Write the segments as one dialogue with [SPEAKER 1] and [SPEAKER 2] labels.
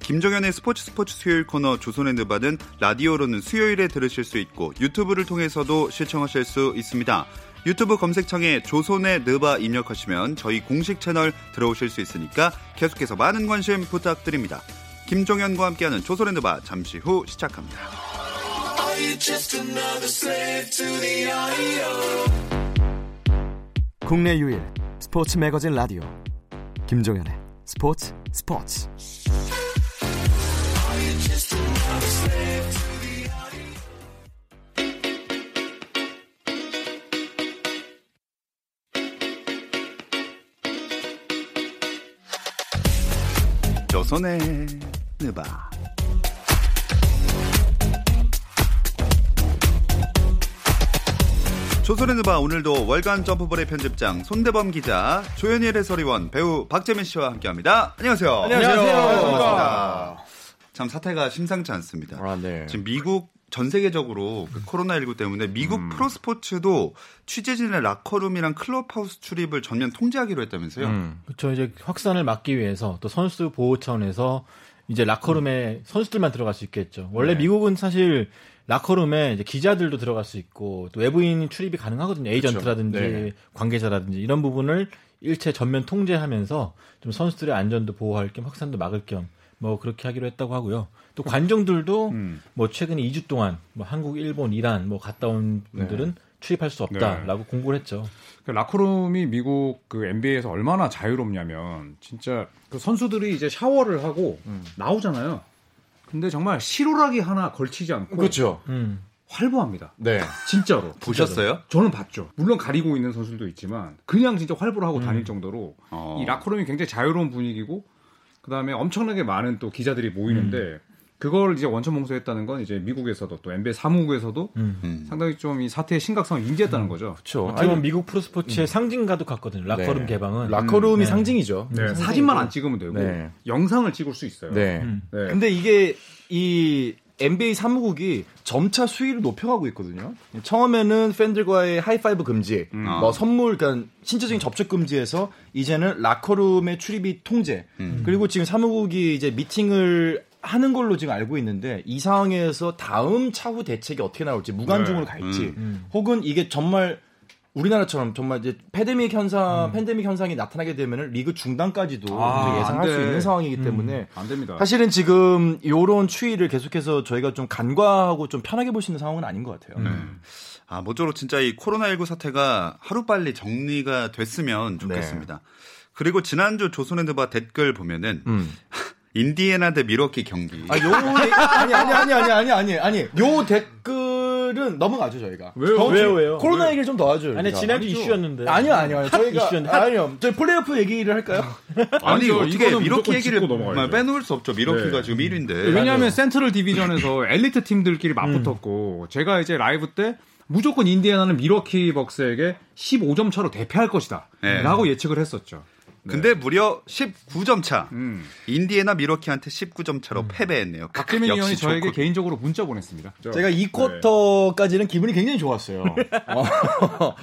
[SPEAKER 1] 김종현의 스포츠 스포츠 수요일 코너 조선의 너바는 라디오로는 수요일에 들으실 수 있고 유튜브를 통해서도 시청하실 수 있습니다. 유튜브 검색창에 조선의 너바 입력하시면 저희 공식 채널 들어오실 수 있으니까 계속해서 많은 관심 부탁드립니다. 김종현과 함께하는 조선의 너바 잠시 후 시작합니다.
[SPEAKER 2] 국내 유일 스포츠 매거진 라디오 김종현의 스포츠 스포츠
[SPEAKER 1] 조선의 너바 조선의 누바 오늘도 월간 점프볼의 편집장 손대범 기자 조현일 해설위원 배우 박재민 씨와 함께합니다. 안녕하세요.
[SPEAKER 3] 안녕하세요.
[SPEAKER 1] 반갑습니다. 참 사태가 심상치 않습니다.
[SPEAKER 3] 아, 네.
[SPEAKER 1] 지금 미국 전 세계적으로 그 코로나19 때문에 미국
[SPEAKER 3] 음.
[SPEAKER 1] 프로스포츠도 취재진의 라커룸이랑 클럽하우스 출입을 전면 통제하기로 했다면서요?
[SPEAKER 3] 음.
[SPEAKER 4] 그렇죠. 이제 확산을 막기 위해서 또 선수 보호 차원에서 이제 라커룸에 선수들만 들어갈 수 있겠죠. 원래 미국은 사실 라커룸에 이제 기자들도 들어갈 수 있고 또 외부인 출입이 가능하거든요. 에이전트라든지
[SPEAKER 3] 네.
[SPEAKER 4] 관계자라든지 이런 부분을 일체 전면 통제하면서 좀 선수들의 안전도 보호할 겸 확산도 막을 겸 뭐 그렇게 하기로 했다고 하고요. 또 관중들도 뭐 최근 2주 동안 뭐 한국, 일본, 이란 뭐 갔다 온 분들은 출입할 수 없다라고 공고를 했죠.
[SPEAKER 3] 그 라커룸이 미국 그 NBA에서 얼마나 자유롭냐면 진짜 음. 그 선수들이 이제 샤워를 하고 나오잖아요. 근데 정말 실오라기 하나 걸치지 않고
[SPEAKER 5] 그렇죠.
[SPEAKER 4] 음.
[SPEAKER 3] 활보합니다.
[SPEAKER 5] 네.
[SPEAKER 3] 진짜로.
[SPEAKER 1] 보셨어요?
[SPEAKER 3] 저는 봤죠. 물론 가리고 있는 선수들도 있지만 그냥 진짜 활보를 하고 다닐 정도로
[SPEAKER 1] 어.
[SPEAKER 3] 이 라커룸이 굉장히 자유로운 분위기고 그다음에 엄청나게 많은 또 기자들이 모이는데 그걸 이제 원천 봉쇄했다는 건 이제 미국에서도 또 NBA 사무국에서도
[SPEAKER 4] 음.
[SPEAKER 1] 음.
[SPEAKER 3] 상당히 좀 이 사태의 심각성을 인지했다는 거죠.
[SPEAKER 5] 그렇죠.
[SPEAKER 4] 어떻게 보면 미국
[SPEAKER 5] 음.
[SPEAKER 4] 프로스포츠의 상징과도 같거든요. 락커룸 개방은.
[SPEAKER 5] 라커룸이
[SPEAKER 4] 네.
[SPEAKER 5] 상징이죠.
[SPEAKER 3] 네, 사진만 안 찍으면 되고
[SPEAKER 5] 네.
[SPEAKER 3] 영상을 찍을 수 있어요.
[SPEAKER 5] 네.
[SPEAKER 4] 음.
[SPEAKER 3] 네.
[SPEAKER 5] 근데 이게 이 NBA 사무국이 점차 수위를 높여가고 있거든요. 처음에는 팬들과의 하이파이브 금지,
[SPEAKER 3] 음. 아.
[SPEAKER 5] 뭐 선물, 그러니까 신체적인 접촉 금지에서 이제는 라커룸의 출입이 통제.
[SPEAKER 3] 음.
[SPEAKER 5] 그리고 지금 사무국이 이제 미팅을 하는 걸로 지금 알고 있는데 이 상황에서 다음 차후 대책이 어떻게 나올지 무관중으로
[SPEAKER 3] 네.
[SPEAKER 5] 갈지,
[SPEAKER 3] 음.
[SPEAKER 5] 혹은 이게 정말 우리나라처럼 정말 이제 패데믹 현상, 팬데믹 현상이 나타나게 되면 리그 중단까지도
[SPEAKER 3] 음. 아,
[SPEAKER 5] 예상할
[SPEAKER 3] 안
[SPEAKER 5] 수
[SPEAKER 3] 돼.
[SPEAKER 5] 있는 상황이기 때문에
[SPEAKER 3] 안 됩니다.
[SPEAKER 5] 사실은 지금 요런 추이를 계속해서 저희가 좀 간과하고 좀 편하게 볼 수 있는 상황은 아닌 것 같아요.
[SPEAKER 1] 아, 모쪼록 진짜 이 코로나19 사태가 하루빨리 정리가
[SPEAKER 3] 네.
[SPEAKER 1] 됐으면 좋겠습니다. 그리고 지난주 조선핸드바 댓글 보면은
[SPEAKER 3] 음.
[SPEAKER 1] 인디애나 대 미러키 경기.
[SPEAKER 5] 아, 요 얘기- 아니 아니 아니 아니 아니 아니 아니 요 댓글은 넘어가죠 저희가.
[SPEAKER 3] 왜요?
[SPEAKER 5] 더-
[SPEAKER 4] 왜요, 왜요?
[SPEAKER 5] 코로나 얘기를 좀 더하죠.
[SPEAKER 4] 아니
[SPEAKER 5] 우리가.
[SPEAKER 4] 지난주 이슈였는데.
[SPEAKER 5] 아니요 아니요 아니요. 저희가
[SPEAKER 4] 이슈였는데.
[SPEAKER 5] 아니요 저희 플레이오프 얘기를 할까요?
[SPEAKER 1] 아니
[SPEAKER 3] 아니죠.
[SPEAKER 1] 어떻게
[SPEAKER 3] 이거는
[SPEAKER 1] 미러키
[SPEAKER 3] 무조건
[SPEAKER 1] 얘기를 네,
[SPEAKER 3] 짚고 넘어가야죠.
[SPEAKER 1] 정말 빼놓을 수 없죠. 미러키가
[SPEAKER 3] 네.
[SPEAKER 1] 지금 1위인데.
[SPEAKER 3] 왜냐하면 센트럴 디비전에서 엘리트 팀들끼리 맞붙었고 제가 이제 라이브 때 무조건 인디애나는 미러키 벅스에게 15점 차로 대패할 것이다
[SPEAKER 1] 네.
[SPEAKER 3] 라고 예측을 했었죠.
[SPEAKER 1] 근데 무려 19점 차.
[SPEAKER 3] 음.
[SPEAKER 1] 인디애나 미러키한테 19점 차로 패배했네요.
[SPEAKER 3] 박재민
[SPEAKER 1] 역시
[SPEAKER 3] 의원이 저에게
[SPEAKER 1] 좋군.
[SPEAKER 3] 개인적으로 문자 보냈습니다. 저-
[SPEAKER 5] 제가 이
[SPEAKER 3] 네.
[SPEAKER 5] 쿼터까지는 기분이 굉장히 좋았어요. 어,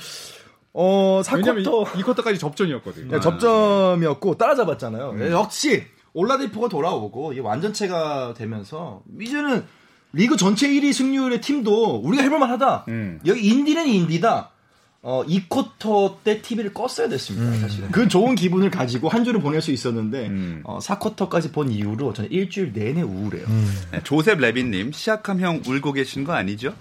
[SPEAKER 5] 어,
[SPEAKER 3] 왜냐면
[SPEAKER 5] 4쿼터
[SPEAKER 3] 이 쿼터까지 접전이었거든요.
[SPEAKER 5] 네, 접점이었고 따라잡았잖아요. 네, 역시 올라디포가 돌아오고 이게 완전체가 되면서 이제는 리그 전체 1위 승률의 팀도 우리가 해볼만하다.
[SPEAKER 3] 음.
[SPEAKER 5] 여기 인디는 인디다. 어, 이 쿼터 때 TV를 껐어야 됐습니다, 사실은. 그 좋은 기분을 가지고 한 주를 보낼 수 있었는데, 어, 4쿼터까지 본 이후로 저는 일주일 내내 우울해요.
[SPEAKER 1] 네, 조셉 레빈님 시약함 형 울고 계신 거 아니죠?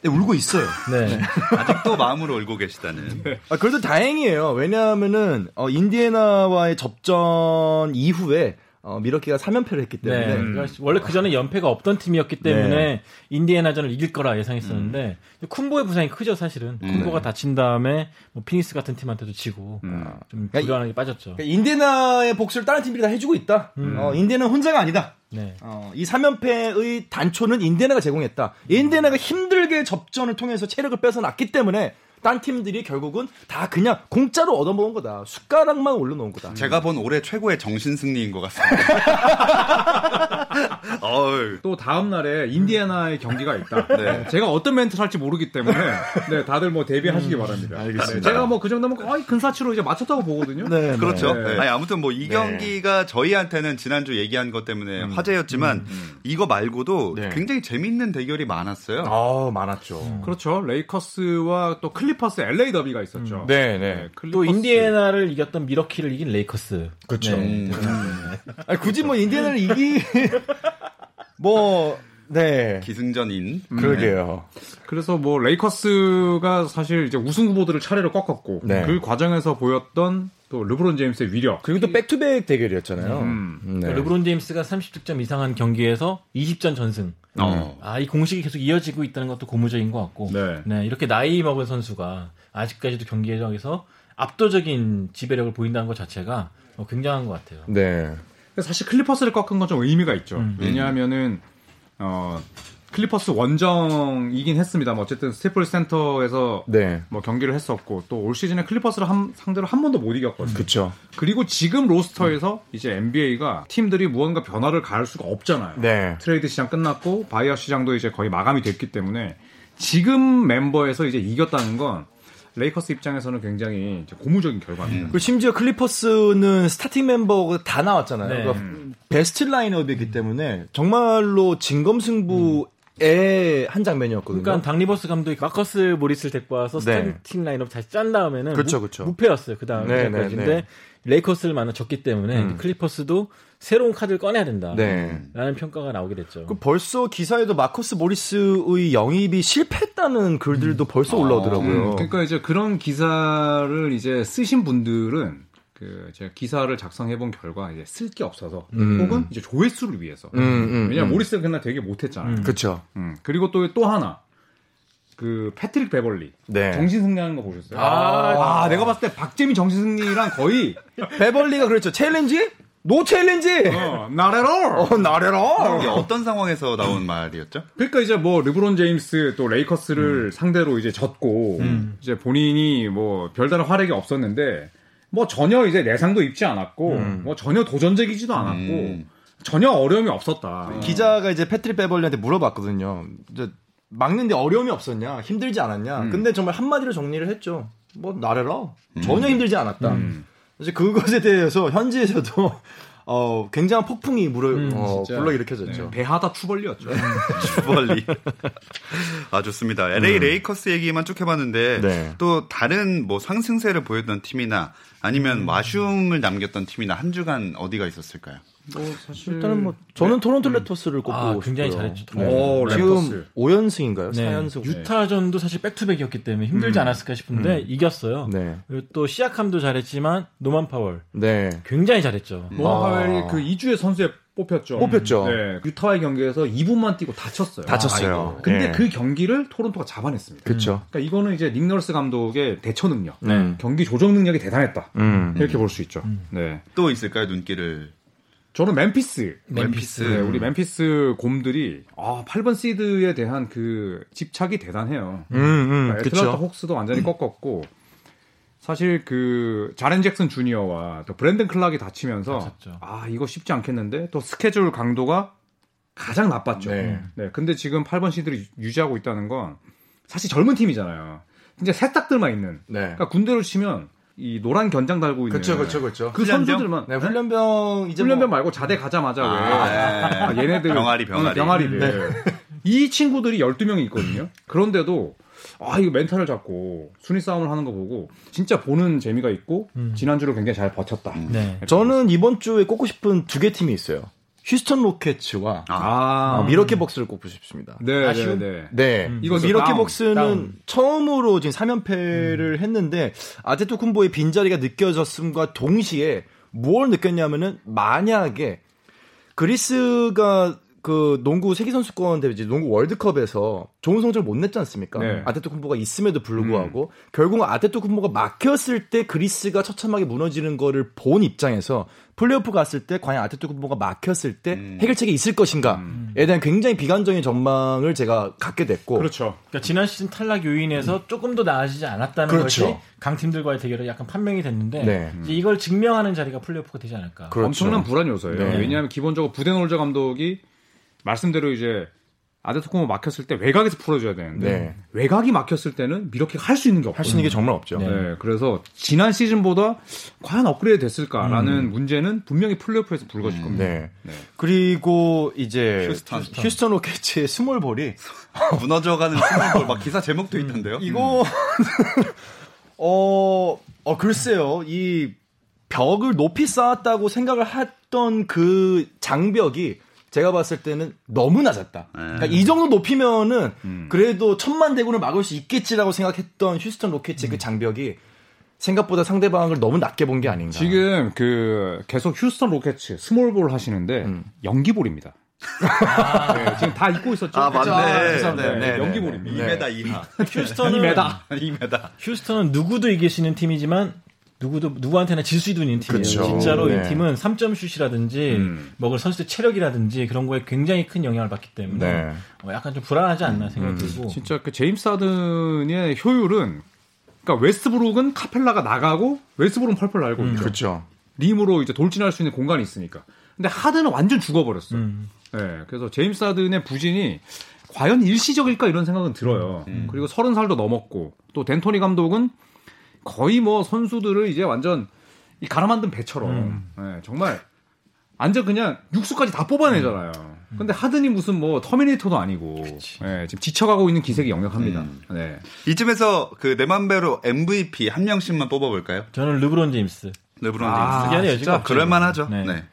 [SPEAKER 5] 근데 울고 있어요.
[SPEAKER 4] 네.
[SPEAKER 1] 아직도 마음으로 울고 계시다는.
[SPEAKER 3] 네.
[SPEAKER 5] 아, 그래도 다행이에요. 왜냐하면은 어, 인디애나와의 접전 이후에 어, 미러키가 3연패를 했기 때문에
[SPEAKER 4] 그러니까 원래 그 전에 연패가 없던
[SPEAKER 5] 네.
[SPEAKER 4] 팀이었기 때문에 인디애나전을 이길 거라
[SPEAKER 5] 음.
[SPEAKER 4] 예상했었는데 쿤보의 부상이 크죠 사실은
[SPEAKER 5] 네.
[SPEAKER 4] 쿤보가 다친 다음에 뭐 피닉스 같은 팀한테도 지고 좀
[SPEAKER 5] 그러니까 이-
[SPEAKER 4] 불안하게 빠졌죠.
[SPEAKER 5] 그러니까 인디애나의 복수를 다른 팀들이 다 해주고 있다. 어, 인디애나는 혼자가 아니다.
[SPEAKER 4] 네.
[SPEAKER 5] 어, 이 3연패의 단초는 인디애나가 제공했다. 인디애나가 힘들게 접전을 통해서 체력을 뺏어놨기 때문에 딴 팀들이 결국은 다 그냥 공짜로 얻어먹은 거다. 숟가락만 올려놓은 거다.
[SPEAKER 1] 제가 본 올해 최고의 정신 승리인 것 같습니다. 어이.
[SPEAKER 3] 또 다음 날에 인디애나의 경기가 있다.
[SPEAKER 1] 네.
[SPEAKER 3] 제가 어떤 멘트 할지 모르기 때문에 네, 다들 뭐 대비하시기 바랍니다. 네, 제가 뭐 그 정도면 거의 근사치로 이제 맞췄다고 보거든요.
[SPEAKER 5] 네,
[SPEAKER 1] 그렇죠.
[SPEAKER 3] 네.
[SPEAKER 1] 아니, 아무튼 뭐 이 경기가 저희한테는 지난주 얘기한 것 때문에 화제였지만 이거 말고도 굉장히 재밌는 대결이 많았어요.
[SPEAKER 5] 아 많았죠.
[SPEAKER 3] 그렇죠. 레이커스와 또 클리퍼스 LA 더비가 있었죠.
[SPEAKER 5] 네,
[SPEAKER 3] 네, 클리퍼스.
[SPEAKER 4] 또 인디애나를 이겼던 미러키를 이긴
[SPEAKER 5] 네.
[SPEAKER 4] 레이커스. 그렇죠.
[SPEAKER 5] 음. 아니, 굳이 뭐 인디애나를 이기 뭐 네.
[SPEAKER 1] 기승전인.
[SPEAKER 5] 그러게요.
[SPEAKER 3] 그래서 뭐 레이커스가 사실 이제 우승 후보들을 차례로 꺾었고
[SPEAKER 5] 네.
[SPEAKER 3] 그 과정에서 보였던 또 르브론 제임스의 위력.
[SPEAKER 5] 그리고 또 백투백 대결이었잖아요.
[SPEAKER 3] 음.
[SPEAKER 5] 네.
[SPEAKER 4] 그러니까 르브론 제임스가 30득점 이상한 경기에서 20전 전승.
[SPEAKER 1] 어.
[SPEAKER 4] 아, 이 공식이 계속 이어지고 있다는 것도 고무적인 것 같고.
[SPEAKER 3] 네.
[SPEAKER 4] 이렇게 나이 먹은 선수가 아직까지도 경기에서 압도적인 지배력을 보인다는 것 자체가 어, 굉장한 것 같아요.
[SPEAKER 5] 네.
[SPEAKER 3] 근데 사실 클리퍼스를 꺾은 건 좀 의미가 있죠.
[SPEAKER 5] 음.
[SPEAKER 3] 왜냐하면은 어 클리퍼스 원정이긴 했습니다만 뭐 어쨌든 스테플 센터에서
[SPEAKER 5] 네.
[SPEAKER 3] 뭐 경기를 했었고 또 올 시즌에 클리퍼스를 한- 상대로 한 번도 못 이겼거든요.
[SPEAKER 5] 그렇죠.
[SPEAKER 3] 그리고 지금 로스터에서 이제 NBA가 팀들이 무언가 변화를 가할 수가 없잖아요.
[SPEAKER 5] 네.
[SPEAKER 3] 트레이드 시장 끝났고 바이어 시장도 이제 거의 마감이 됐기 때문에 지금 멤버에서 이제 이겼다는 건 레이커스 입장에서는 굉장히 이제 고무적인 결과입니다.
[SPEAKER 5] 그리고 심지어 클리퍼스는 스타팅 멤버가 다 나왔잖아요.
[SPEAKER 4] 네.
[SPEAKER 5] 그러니까 베스트 라인업이기 때문에 정말로 진검승부의 한 장면이었거든요.
[SPEAKER 4] 그러니까 당 리버스 감독이 마커스 모리스를 데리고 와서
[SPEAKER 5] 네.
[SPEAKER 4] 스타팅 라인업 다시 짠 다음에는
[SPEAKER 5] 그쵸,
[SPEAKER 4] 무-
[SPEAKER 5] 그쵸.
[SPEAKER 4] 무패였어요. 그 다음에
[SPEAKER 5] 네,
[SPEAKER 4] 까지인데
[SPEAKER 5] 네, 네.
[SPEAKER 4] 레이커스를 만나 졌기 때문에 클리퍼스도 새로운 카드를 꺼내야 된다.
[SPEAKER 5] 네.
[SPEAKER 4] 라는 평가가 나오게 됐죠.
[SPEAKER 5] 그 벌써 기사에도 마커스 모리스의 영입이 실패했다는
[SPEAKER 4] 음.
[SPEAKER 5] 글들도 벌써 올라오더라고요.
[SPEAKER 3] 음, 그러니까 이제 그런 기사를 이제 쓰신 분들은 그 제가 기사를 작성해 본 결과 이제 쓸 게 없어서 혹은 이제 조회수를 위해서
[SPEAKER 5] 음,
[SPEAKER 3] 왜냐 면 모리스가 그날 되게 못했잖아요.
[SPEAKER 5] 그렇죠.
[SPEAKER 3] 음, 그리고 또 또 하나 그 패트릭 베벌리
[SPEAKER 5] 네.
[SPEAKER 3] 정신 승리하는 거 보셨어요?
[SPEAKER 4] 아.
[SPEAKER 3] 아, 내가 봤을 때 박재민 정신 승리랑 거의
[SPEAKER 5] 예. 베벌리가 그랬죠. 챌린지? 노 챌린지.
[SPEAKER 3] 어, 나래로.
[SPEAKER 5] 어, 나래라.
[SPEAKER 1] 이게 어떤 상황에서 나온 말이었죠?
[SPEAKER 3] 그러니까 이제 뭐 르브론 제임스 또 레이커스를 상대로 이제 졌고 이제 본인이 뭐 별다른 활약이 없었는데 뭐 전혀 이제 내상도 입지 않았고 뭐 전혀 도전적이지도 않았고
[SPEAKER 1] 음.
[SPEAKER 3] 전혀 어려움이 없었다.
[SPEAKER 5] 뭐 기자가 이제 패트릭 베벌리한테 물어봤거든요. 이제 막는데 어려움이 없었냐? 힘들지 않았냐? 근데 정말 한마디로 정리를 했죠. 뭐 나래라. 전혀 힘들지 않았다. 이제 그것에 대해서 현지에서도 어, 굉장한 폭풍이 물어 어,
[SPEAKER 3] 진짜.
[SPEAKER 5] 불러일으켜졌죠. 아,
[SPEAKER 3] 배하다 추벌리였죠.
[SPEAKER 1] 주벌리. 아 좋습니다. LA 레이커스 얘기만 쭉 해봤는데
[SPEAKER 5] 네.
[SPEAKER 1] 또 다른 뭐 상승세를 보였던 팀이나 아니면 마쉬움을 남겼던 팀이나 한 주간 어디가 있었을까요?
[SPEAKER 5] 일단은 뭐 저는 토론토 레터스를 꼽고
[SPEAKER 4] 네. 아, 굉장히
[SPEAKER 5] 싶고요. 네.
[SPEAKER 4] 잘했죠. 토론토.
[SPEAKER 3] 오,
[SPEAKER 5] 지금
[SPEAKER 3] 랩터스.
[SPEAKER 5] 5연승인가요?
[SPEAKER 4] 네.
[SPEAKER 5] 4연승.
[SPEAKER 4] 유타전도 사실 백투백이었기 때문에 힘들지 않았을까 싶은데 이겼어요.
[SPEAKER 5] 음. 네.
[SPEAKER 4] 그리고 또 시약함도 잘했지만 노만 파월
[SPEAKER 5] 네.
[SPEAKER 4] 굉장히 잘했죠.
[SPEAKER 5] 음.
[SPEAKER 3] 노아 파웰이 그 2주의 선수에 뽑혔죠.
[SPEAKER 5] 뽑혔죠.
[SPEAKER 3] 네, 유타와의 경기에서 2분만 뛰고 다쳤어요.
[SPEAKER 5] 다쳤어요.
[SPEAKER 3] 근데
[SPEAKER 5] 예.
[SPEAKER 3] 그 경기를 토론토가 잡아냈습니다.
[SPEAKER 5] 그렇죠.
[SPEAKER 3] 그러니까 이거는 이제 닉 너스 감독의 대처 능력,
[SPEAKER 5] 네.
[SPEAKER 3] 경기 조정 능력이 대단했다.
[SPEAKER 5] 음.
[SPEAKER 3] 이렇게 볼 수 있죠. 네.
[SPEAKER 1] 또 있을까요 눈길을?
[SPEAKER 3] 저는 맨피스.
[SPEAKER 1] 멤피스.
[SPEAKER 3] 네, 우리 맨피스 곰들이 아, 8번 시드에 대한 그 집착이 대단해요. 그러니까
[SPEAKER 5] 음, 음.
[SPEAKER 3] 애틀란타
[SPEAKER 5] 그렇죠.
[SPEAKER 3] 혹스도 완전히 꺾었고 사실 그 자렌 잭슨 주니어와 또 브랜든 클락이 다치면서
[SPEAKER 4] 다쳤죠.
[SPEAKER 3] 아 이거 쉽지 않겠는데 또 스케줄 강도가 가장 나빴죠.
[SPEAKER 5] 네.
[SPEAKER 3] 네. 근데 지금 8번 시드를 유- 유지하고 있다는 건 사실 젊은 팀이잖아요. 진짜 새싹들만 있는.
[SPEAKER 5] 네.
[SPEAKER 3] 그러니까 군대로 치면 이 노란 견장 달고 있는
[SPEAKER 5] 그렇죠. 그렇죠. 그렇죠.
[SPEAKER 3] 그 선수들만
[SPEAKER 5] 네, 훈련병 이제
[SPEAKER 3] 훈련병
[SPEAKER 5] 뭐- 예,
[SPEAKER 3] 말고 자대 가자마자 왜
[SPEAKER 1] 아,
[SPEAKER 3] 아, 얘네들
[SPEAKER 1] 병아리, 병아리.
[SPEAKER 3] 응, 병아리들.
[SPEAKER 5] 네.
[SPEAKER 3] 이 친구들이 12명이 있거든요. 그런데도 아, 이거 멘탈을 잡고 순위 싸움을 하는 거 보고 진짜 보는 재미가 있고 지난주를 굉장히 잘 버텼다.
[SPEAKER 5] 음.
[SPEAKER 4] 네.
[SPEAKER 5] 저는 이번 주에 꼽고 싶은 두 개 팀이 있어요. 휴스턴 로켓츠와
[SPEAKER 3] 아,
[SPEAKER 5] 아, 미러키 벅스를 꼽고 싶습니다.
[SPEAKER 3] 네,
[SPEAKER 4] 아쉬움?
[SPEAKER 3] 네, 네.
[SPEAKER 5] 네.
[SPEAKER 3] 이거
[SPEAKER 5] 미러키
[SPEAKER 3] 다운,
[SPEAKER 5] 벅스는
[SPEAKER 4] 다운.
[SPEAKER 5] 처음으로 지금 3연패를 했는데 아테토 쿤보의 빈자리가 느껴졌음과 동시에 뭘 느꼈냐면은 만약에 그리스가 그 농구 세계 선수권 대회 이제 농구 월드컵에서 좋은 성적을 못 냈지 않습니까?
[SPEAKER 3] 네.
[SPEAKER 5] 아테토쿤보가 있음에도 불구하고 결국 아테토쿤보가 막혔을 때 그리스가 처참하게 무너지는 거를 본 입장에서 플레이오프 갔을 때 과연 아테토쿤보가 막혔을 때 해결책이 있을 것인가에 대한 굉장히 비관적인 전망을 제가 갖게 됐고
[SPEAKER 3] 그렇죠.
[SPEAKER 4] 그러니까 지난 시즌 탈락 요인에서 조금 더 나아지지 않았다는
[SPEAKER 5] 음. 그렇죠.
[SPEAKER 4] 것이 강팀들과의 대결에 약간 판명이 됐는데
[SPEAKER 5] 네.
[SPEAKER 4] 이제 이걸 증명하는 자리가 플레이오프가 되지 않을까.
[SPEAKER 5] 그렇죠.
[SPEAKER 3] 엄청난 불안 요소예요.
[SPEAKER 5] 네.
[SPEAKER 3] 왜냐하면 기본적으로 부데놀자 감독이 말씀대로 이제 아데토코모 막혔을 때 외곽에서 풀어줘야 되는데
[SPEAKER 5] 네.
[SPEAKER 3] 외곽이 막혔을 때는 이렇게 할 수 있는 게
[SPEAKER 5] 할
[SPEAKER 3] 없거든요.
[SPEAKER 5] 수 있는 게 정말 없죠.
[SPEAKER 4] 네.
[SPEAKER 3] 네, 그래서 지난 시즌보다 과연 업그레이드
[SPEAKER 1] 음.
[SPEAKER 3] 됐을까라는 문제는 분명히 플레이오프에서 불거질 겁니다.
[SPEAKER 5] 네. 그리고 이제
[SPEAKER 1] 휴스턴.
[SPEAKER 5] 휴스턴 로켓츠의 스몰볼이
[SPEAKER 1] 무너져가는 스몰볼 막 기사 제목도 있던데요.
[SPEAKER 5] 이거
[SPEAKER 3] 음.
[SPEAKER 5] 어, 어 글쎄요. 이 벽을 높이 쌓았다고 생각을 했던 그 장벽이 제가 봤을 때는 너무 낮았다.
[SPEAKER 3] 네.
[SPEAKER 5] 그러니까 이 정도 높이면은
[SPEAKER 3] 음.
[SPEAKER 5] 그래도 천만 대군을 막을 수 있겠지라고 생각했던 휴스턴
[SPEAKER 3] 음.
[SPEAKER 5] 로켓츠의 그 장벽이 생각보다 상대방을 너무 낮게 본 게 아닌가.
[SPEAKER 3] 지금 그 계속 휴스턴 로켓츠 스몰볼 하시는데
[SPEAKER 1] 음.
[SPEAKER 3] 연기볼입니다. 네, 지금 다 잊고 있었죠.
[SPEAKER 1] 아 맞네.
[SPEAKER 5] 그쵸,
[SPEAKER 1] 네.
[SPEAKER 5] 네, 네,
[SPEAKER 3] 연기볼입니다.
[SPEAKER 1] 2m 이하.
[SPEAKER 4] 휴스턴은
[SPEAKER 1] 2m.
[SPEAKER 4] 휴스턴은 누구도 이길 수 있는 팀이지만 누구도 누구한테나 질 수 있는 팀이에요.
[SPEAKER 5] 그쵸.
[SPEAKER 4] 진짜로
[SPEAKER 5] 네. 음.
[SPEAKER 4] 이 팀은 3점 슛이라든지 먹을 선수들 체력이라든지 그런 거에 굉장히 큰 영향을 받기 때문에
[SPEAKER 5] 네. 음.
[SPEAKER 4] 어, 약간 좀 불안하지 않나 생각이 들고
[SPEAKER 3] 진짜 그 제임스 하든의 효율은 그러니까 웨스트브룩은 카펠라가 나가고 웨스트브룩은 펄펄 날고 있죠.
[SPEAKER 5] 그렇죠.
[SPEAKER 3] 림으로 이제 돌진할 수 있는 공간이 있으니까. 근데 하든은 완전 죽어버렸어요.
[SPEAKER 5] 음.
[SPEAKER 3] 예, 그래서 제임스 하든의 부진이 과연 일시적일까 이런 생각은
[SPEAKER 5] 음.
[SPEAKER 3] 들어요. 음. 그리고 서른 살도 넘었고 또 덴토니 감독은 거의 뭐 선수들을 이제 완전 이 갈아 만든 배처럼
[SPEAKER 5] 음.
[SPEAKER 3] 예, 정말 완전 그냥 육수까지 다 뽑아내잖아요. 근데 하든이 무슨 뭐 터미네이터도 아니고 예, 지금 지쳐가고 있는 기색이 역력합니다. 네.
[SPEAKER 1] 이쯤에서 그 내맘대로 MVP 한 명씩만 뽑아볼까요? 네,
[SPEAKER 4] 저는 르브론 제임스.
[SPEAKER 1] 르브론
[SPEAKER 3] 아,
[SPEAKER 1] 제임스.
[SPEAKER 4] 이게 아니에요,
[SPEAKER 1] 진짜
[SPEAKER 4] 지금.
[SPEAKER 1] 그럴만하죠. 네.
[SPEAKER 4] 네.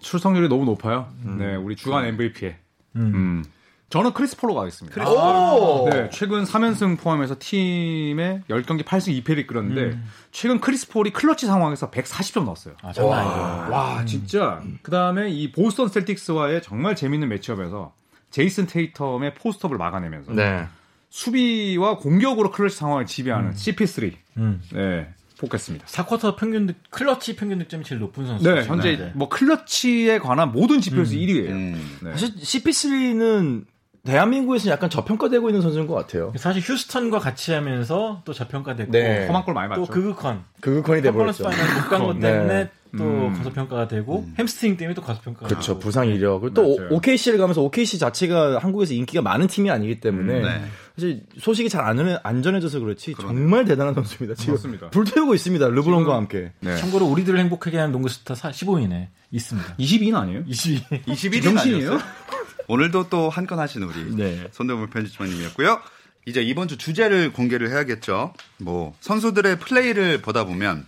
[SPEAKER 3] 출석률이 너무 높아요. 네, 우리 주간 MVP에. 음. 저는 크리스폴로 가겠습니다.
[SPEAKER 5] 오!
[SPEAKER 3] 네, 최근 3연승 포함해서 팀의 10경기 8승 2패를 이끌었는데 최근 크리스폴이 클러치 상황에서 140점 넣었어요.
[SPEAKER 4] 아 장난 아니죠.
[SPEAKER 3] 와, 진짜. 그다음에 이 보스턴 셀틱스와의 정말 재밌는 매치업에서 제이슨 테이텀의 포스트업을 막아내면서
[SPEAKER 5] 네.
[SPEAKER 3] 수비와 공격으로 클러치 상황을 지배하는 CP3.
[SPEAKER 4] 음.
[SPEAKER 3] 네, 뽑겠습니다.
[SPEAKER 4] 4쿼터 평균 득, 클러치 평균 득점이 제일 높은 선수.
[SPEAKER 3] 네, 현재 뭐 클러치에 관한 모든 지표에서 1위예요.
[SPEAKER 1] 음.
[SPEAKER 3] 네.
[SPEAKER 5] 사실 CP3는 대한민국에서 약간 저평가되고 있는 선수인 것 같아요.
[SPEAKER 4] 사실 휴스턴과 같이 하면서 또 저평가됐고
[SPEAKER 5] 네.
[SPEAKER 3] 험한 골 많이 맞죠.
[SPEAKER 4] 또 그그컨
[SPEAKER 5] 그건이
[SPEAKER 4] 컨퍼런스 파이널 못간 것 때문에
[SPEAKER 5] 네. 음.
[SPEAKER 4] 또 거소평가가 되고 햄스트링 때문에 또 거소평가가
[SPEAKER 5] 그렇죠.
[SPEAKER 4] 되고.
[SPEAKER 5] 부상 이력을 또
[SPEAKER 3] 맞아요.
[SPEAKER 5] OKC를 가면서 OKC 자체가 한국에서 인기가 많은 팀이 아니기 때문에
[SPEAKER 1] 음, 네.
[SPEAKER 5] 사실 소식이 잘 안, 전해- 안 전해져서 그렇지 정말 대단한 선수입니다. 지금
[SPEAKER 3] 그렇습니다.
[SPEAKER 5] 불태우고 있습니다. 르브론과 함께.
[SPEAKER 3] 네.
[SPEAKER 4] 참고로 우리들을 행복하게 하는 농구 스타 15인에 있습니다.
[SPEAKER 3] 22는 아니에요?
[SPEAKER 4] 22.
[SPEAKER 1] 21이
[SPEAKER 3] 정신이에요?
[SPEAKER 1] 오늘도 또 한 건 하신 우리
[SPEAKER 5] 네.
[SPEAKER 1] 손대문 편집장님이었고요. 이제 이번 주 주제를 공개를 해야겠죠. 뭐 선수들의 플레이를 보다 보면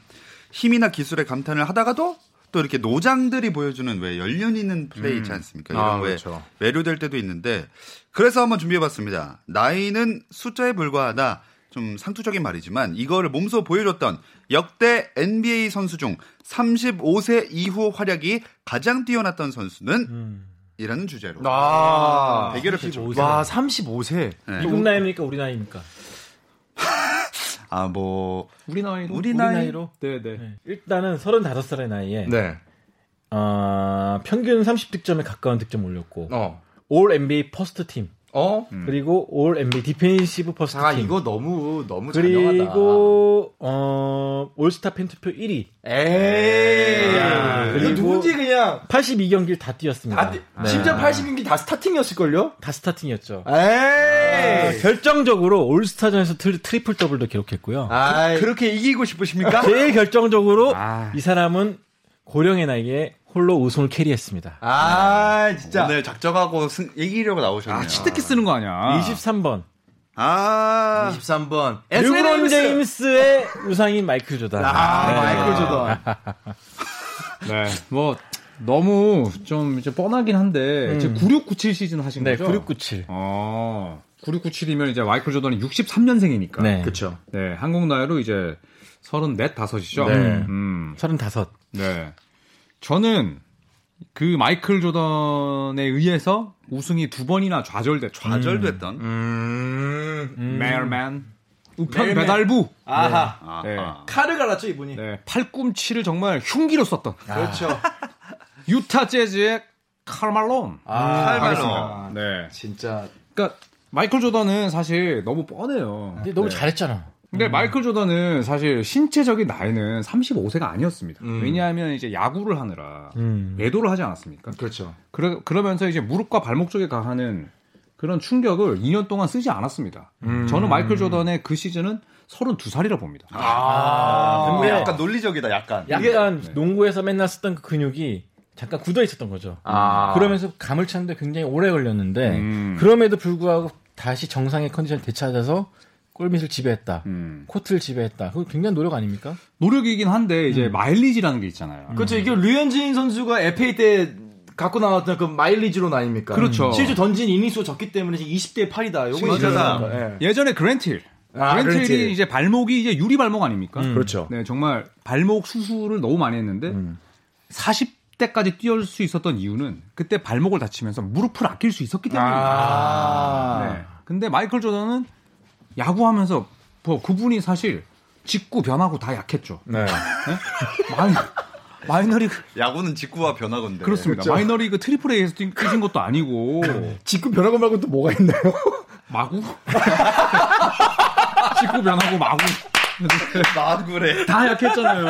[SPEAKER 1] 힘이나 기술에 감탄을 하다가도 또 이렇게 노장들이 보여주는 왜 연륜 있는 플레이 있지 않습니까? 이런
[SPEAKER 5] 아,
[SPEAKER 1] 거에
[SPEAKER 5] 그렇죠.
[SPEAKER 1] 매료될 때도 있는데 그래서 한번 준비해봤습니다. 나이는 숫자에 불과하다. 좀 상투적인 말이지만 이거를 몸소 보여줬던 역대 NBA 선수 중 35세 이후 활약이 가장 뛰어났던 선수는
[SPEAKER 5] 음.
[SPEAKER 1] 이라는 주제로
[SPEAKER 5] 아,
[SPEAKER 1] 대결을 펼쳐.
[SPEAKER 5] 와 35세.
[SPEAKER 4] 미국 나이입니까? 우리 나이입니까?
[SPEAKER 1] 아, 뭐
[SPEAKER 3] 우리 나이로?
[SPEAKER 1] 우리
[SPEAKER 4] 우리
[SPEAKER 1] 나이-
[SPEAKER 4] 나이로?
[SPEAKER 3] 네, 네.
[SPEAKER 4] 네. 일단은 35살의 나이에
[SPEAKER 5] 네.
[SPEAKER 4] 어, 평균 30득점에 가까운 득점 올렸고
[SPEAKER 5] 어.
[SPEAKER 4] 올 NBA 퍼스트 팀
[SPEAKER 5] 어?
[SPEAKER 4] 그리고 올 NBA 디펜시브 퍼스트
[SPEAKER 5] 아
[SPEAKER 4] 팀
[SPEAKER 5] 이거 너무 너무 잔인하다.
[SPEAKER 4] 그리고 어, 올스타 팬투표 1위
[SPEAKER 5] 에이.
[SPEAKER 4] 야,
[SPEAKER 5] 이거
[SPEAKER 4] 그리고- 네.
[SPEAKER 5] 누군지 그냥
[SPEAKER 4] 82경기를 다 뛰었습니다.
[SPEAKER 5] 다,
[SPEAKER 4] 다,
[SPEAKER 5] 심지어 80인기 다 스타팅이었을 걸요? 아,
[SPEAKER 4] 스타팅이었죠. 네.
[SPEAKER 5] 에이.
[SPEAKER 4] 결정적으로 올스타전에서 트리, 플 더블도 기록했고요. 아,
[SPEAKER 5] 아이.
[SPEAKER 1] 그렇게 이기고 싶으십니까?
[SPEAKER 4] 제일 결정적으로
[SPEAKER 3] 아.
[SPEAKER 4] 이 사람은 고령의 나이에 홀로 우승을 캐리했습니다.
[SPEAKER 5] 아, 진짜.
[SPEAKER 1] 오늘 작정하고 승, 이기려고 나오셨네요.
[SPEAKER 3] 아, 치트키 쓰는 거 아니야.
[SPEAKER 4] 23번
[SPEAKER 1] 아,
[SPEAKER 5] 23번.
[SPEAKER 4] 르브론 제임스의 우상인 마이클 조단.
[SPEAKER 5] 아, 마이클 조던.
[SPEAKER 3] 네. 뭐 너무 좀 이제 뻔하긴 한데
[SPEAKER 5] 음.
[SPEAKER 3] 지금 9697 시즌 하신
[SPEAKER 4] 네,
[SPEAKER 3] 거죠?
[SPEAKER 4] 9697.
[SPEAKER 3] 어. 9697이면 이제 마이클 조던이 63년생이니까.
[SPEAKER 4] 네.
[SPEAKER 5] 그쵸.
[SPEAKER 3] 네, 한국 나이로 이제 34, 5이죠.
[SPEAKER 5] 네.
[SPEAKER 3] 음.
[SPEAKER 4] 35.
[SPEAKER 3] 네. 저는 그 마이클 조던에 의해서 우승이 두 번이나 좌절돼
[SPEAKER 1] 좌절됐던
[SPEAKER 5] 음.
[SPEAKER 3] 메일맨 우편
[SPEAKER 5] 메일맨.
[SPEAKER 3] 배달부
[SPEAKER 5] 아하.
[SPEAKER 1] 아하.
[SPEAKER 5] 칼을 갈았죠, 이분이.
[SPEAKER 3] 네, 팔꿈치를 정말 흉기로 썼던
[SPEAKER 5] 그렇죠.
[SPEAKER 3] 유타 재즈의 칼말론
[SPEAKER 5] 아,
[SPEAKER 1] 칼말로.
[SPEAKER 3] 네.
[SPEAKER 5] 진짜.
[SPEAKER 3] 그러니까 마이클 조던은 사실 너무 뻔해요. 네.
[SPEAKER 4] 근데
[SPEAKER 5] 네.
[SPEAKER 4] 너무 잘했잖아.
[SPEAKER 5] 음.
[SPEAKER 3] 근데 마이클 조던은 사실 신체적인 나이는 35세가 아니었습니다.
[SPEAKER 5] 음.
[SPEAKER 3] 왜냐하면 이제 야구를 하느라
[SPEAKER 4] 음.
[SPEAKER 3] 외도를 하지 않았습니까?
[SPEAKER 5] 그렇죠.
[SPEAKER 3] 그러, 그러면서 이제 무릎과 발목 쪽에 가하는 그런 충격을 2년 동안 쓰지 않았습니다.
[SPEAKER 5] 음.
[SPEAKER 3] 저는 마이클 조던의 그 시즌은 32살이라 봅니다.
[SPEAKER 5] 아,
[SPEAKER 1] 근데
[SPEAKER 4] 근데
[SPEAKER 1] 약간 논리적이다, 약간.
[SPEAKER 4] 약간 농구에서 맨날 쓰던 그 근육이 잠깐 굳어 있었던 거죠.
[SPEAKER 5] 아.
[SPEAKER 4] 그러면서 감을 찾는데 굉장히 오래 걸렸는데
[SPEAKER 3] 음.
[SPEAKER 4] 그럼에도 불구하고 다시 정상의 컨디션 되찾아서 골밑을 지배했다.
[SPEAKER 3] 음.
[SPEAKER 4] 코트를 지배했다. 그거 굉장한 노력 아닙니까?
[SPEAKER 3] 노력이긴 한데 이제 마일리지라는 게 있잖아요.
[SPEAKER 5] 그렇죠. 이게 류현진 선수가 FA 때 갖고 나왔던 그 마일리지론 아닙니까?
[SPEAKER 3] 그렇죠.
[SPEAKER 5] 실제 던진 이닝수 적기 때문에 지금 20대 8이다. 요거
[SPEAKER 1] 진짜다.
[SPEAKER 3] 예전에 그랜틸.
[SPEAKER 5] 아,
[SPEAKER 3] 그랜틸이
[SPEAKER 5] 그랜틸.
[SPEAKER 3] 이제 발목이 이제 유리 발목 아닙니까?
[SPEAKER 5] 그렇죠.
[SPEAKER 3] 네, 정말 발목 수술을 너무 많이 했는데 40대까지 뛰어올 수 있었던 이유는 그때 발목을 다치면서 무릎을 아낄 수 있었기 때문입니다.
[SPEAKER 5] 아.
[SPEAKER 3] 네. 근데 마이클 조던은 야구하면서 뭐 그분이 사실 직구 변하고 다 약했죠.
[SPEAKER 5] 네.
[SPEAKER 3] 네? 마이, 마이너리그
[SPEAKER 1] 야구는 직구와 변화건데.
[SPEAKER 3] 그렇습니다. 마이너리그 트리플 A에서 뛰- 뛰신 것도 아니고
[SPEAKER 5] 직구 변화고 말고 또 뭐가 있나요?
[SPEAKER 3] 마구 직구 변하고 마구
[SPEAKER 1] 마구래.
[SPEAKER 3] 다 약했잖아요.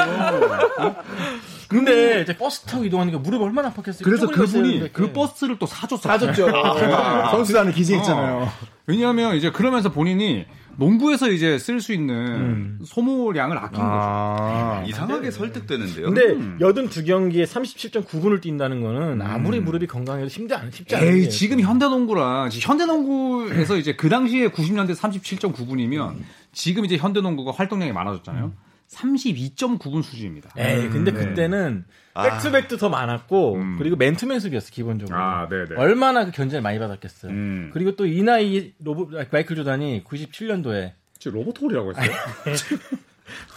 [SPEAKER 4] 근데 이제 버스 타고 이동하니까 무릎 얼마나 아팠겠어요. 네,
[SPEAKER 3] 그래서
[SPEAKER 4] 쪼그리고
[SPEAKER 3] 그분이
[SPEAKER 4] 있었는데 예.
[SPEAKER 3] 그
[SPEAKER 4] 그게.
[SPEAKER 3] 버스를 또 사줬어요. 어.
[SPEAKER 5] 사줬죠. 선수단을
[SPEAKER 4] 어.
[SPEAKER 5] 기증했잖아요.
[SPEAKER 3] 왜냐하면 이제 그러면서 본인이 농구에서 이제 쓸 수 있는 소모량을 아낀
[SPEAKER 5] 아.
[SPEAKER 1] 이상하게 설득되는데요.
[SPEAKER 4] 근데 여든 두 경기에 37.9분을 뛴다는 거는 아무리 무릎이 건강해도 쉽지 않 쉽지
[SPEAKER 3] 거죠.
[SPEAKER 4] 않은
[SPEAKER 3] 에이
[SPEAKER 4] 음. 일이에요.
[SPEAKER 3] 지금 현대농구랑 지금 현대농구에서 이제 그 당시에 90년대 37.9분이면 지금 이제 현대농구가 활동량이 많아졌잖아요. 32.9분 수준입니다.
[SPEAKER 4] 에이, 근데
[SPEAKER 5] 네.
[SPEAKER 4] 그때는 백투백도 더 많았고 그리고 맨투맨습이었어 기본적으로.
[SPEAKER 3] 아, 네네.
[SPEAKER 4] 얼마나 그 견제를 많이 받았겠어요.
[SPEAKER 3] 음.
[SPEAKER 4] 그리고 또 이 나이 로브 아, 마이클 조단이 97년도에
[SPEAKER 3] 지금 로보톨이라고 했어요.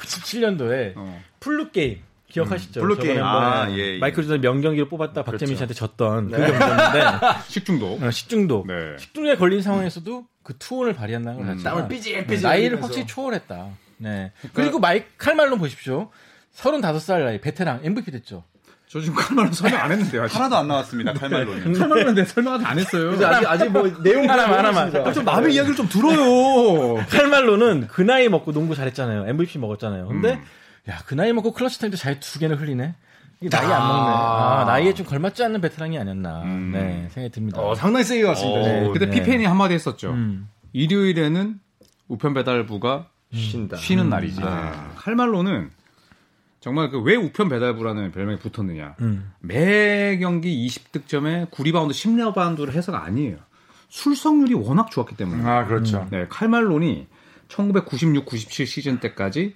[SPEAKER 4] 97년도에
[SPEAKER 3] 어.
[SPEAKER 4] 플루 게임 기억하시죠?
[SPEAKER 1] 블루
[SPEAKER 4] 저번에
[SPEAKER 1] 게임.
[SPEAKER 5] 뭐,
[SPEAKER 4] 한번
[SPEAKER 1] 아, 예, 예.
[SPEAKER 4] 마이클 조단 명경기로 뽑았다
[SPEAKER 5] 그렇죠.
[SPEAKER 4] 박재민 씨한테 졌던
[SPEAKER 5] 네.
[SPEAKER 4] 그 경기였는데
[SPEAKER 3] 아, 식중독.
[SPEAKER 5] 음.
[SPEAKER 4] 어, 식중독.
[SPEAKER 3] 네.
[SPEAKER 4] 식중독에 걸린 상황에서도 그 투혼을 발휘한다는 걸 자체가
[SPEAKER 5] 땀을 삐질삐질
[SPEAKER 4] 나이를
[SPEAKER 5] 흘리면서. 그러니까
[SPEAKER 4] 확실히 초월했다. 네. 그리고 마이 칼말론 보십시오. 35살 나이 베테랑 MVP 됐죠.
[SPEAKER 3] 저 지금 그 칼말로 설명 안 했는데요. 아직.
[SPEAKER 1] 하나도 안 나왔습니다, 칼말로는.
[SPEAKER 3] 칼말로는 내 설명 안 했어요.
[SPEAKER 5] 아직, 아직 뭐, 내용
[SPEAKER 4] 하나만, 하나만.
[SPEAKER 5] 모르겠습니다. 네.
[SPEAKER 3] 좀 남의 이야기를 좀 들어요.
[SPEAKER 4] 칼말로는 그 나이 먹고 농구 잘했잖아요. MVP 먹었잖아요. 근데
[SPEAKER 5] 음.
[SPEAKER 4] 야, 그 나이 먹고 클러치 타임도 잘 두 개를 흘리네. 이게 나이 안 먹네. 아, 나이에 좀 걸맞지 않는 베테랑이 아니었나. 네, 생각이 듭니다.
[SPEAKER 5] 음. 어, 상당히 세게 갔습니다.
[SPEAKER 3] 네, 그때
[SPEAKER 4] 네.
[SPEAKER 3] 피펜이 한마디 했었죠.
[SPEAKER 4] 음.
[SPEAKER 3] 일요일에는 우편 배달부가
[SPEAKER 5] 쉰다.
[SPEAKER 3] 음. 쉬는 날이지. 네. 칼말로는 정말 그 왜 우편 배달부라는 별명이 붙었느냐.
[SPEAKER 4] 음.
[SPEAKER 3] 매 경기 20득점에 9리바운드 10리바운드를 해서가 아니에요. 술성률이 워낙 좋았기 때문에.
[SPEAKER 5] 아, 그렇죠.
[SPEAKER 3] 네, 칼말론이 1996-97 시즌 때까지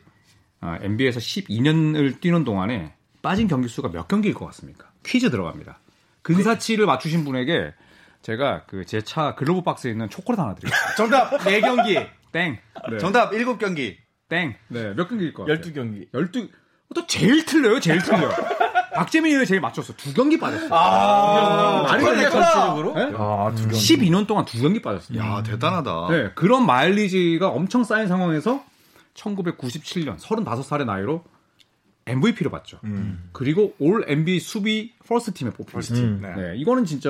[SPEAKER 3] 아, NBA에서 12년을 뛰는 동안에 빠진 경기 수가 몇 경기일 것 같습니까? 퀴즈 들어갑니다. 근사치를 맞추신 분에게 제가 그 제 차 글로브 박스에 있는 초콜릿 하나 드리겠습니다.
[SPEAKER 1] 정답, 4경기.
[SPEAKER 3] 땡. 네.
[SPEAKER 1] 정답, 7경기.
[SPEAKER 3] 땡. 네, 몇 경기일 것 같아요?
[SPEAKER 4] 그 12경기.
[SPEAKER 3] 12. 어, 또 제일 틀려요, 제일 틀려. 박재민이 제일 맞췄어. 두 경기 빠졌어. 요
[SPEAKER 5] 많이 걸렸구나.
[SPEAKER 3] 네? 12년 동안 두 경기 빠졌어요.
[SPEAKER 1] 야, 대단하다.
[SPEAKER 3] 네, 그런 마일리지가 엄청 쌓인 상황에서 1997년 35살의 나이로 MVP를 받죠. 그리고 올 NBA 수비 음. 퍼스트 팀에 뽑혔어요. 네. 이거는 진짜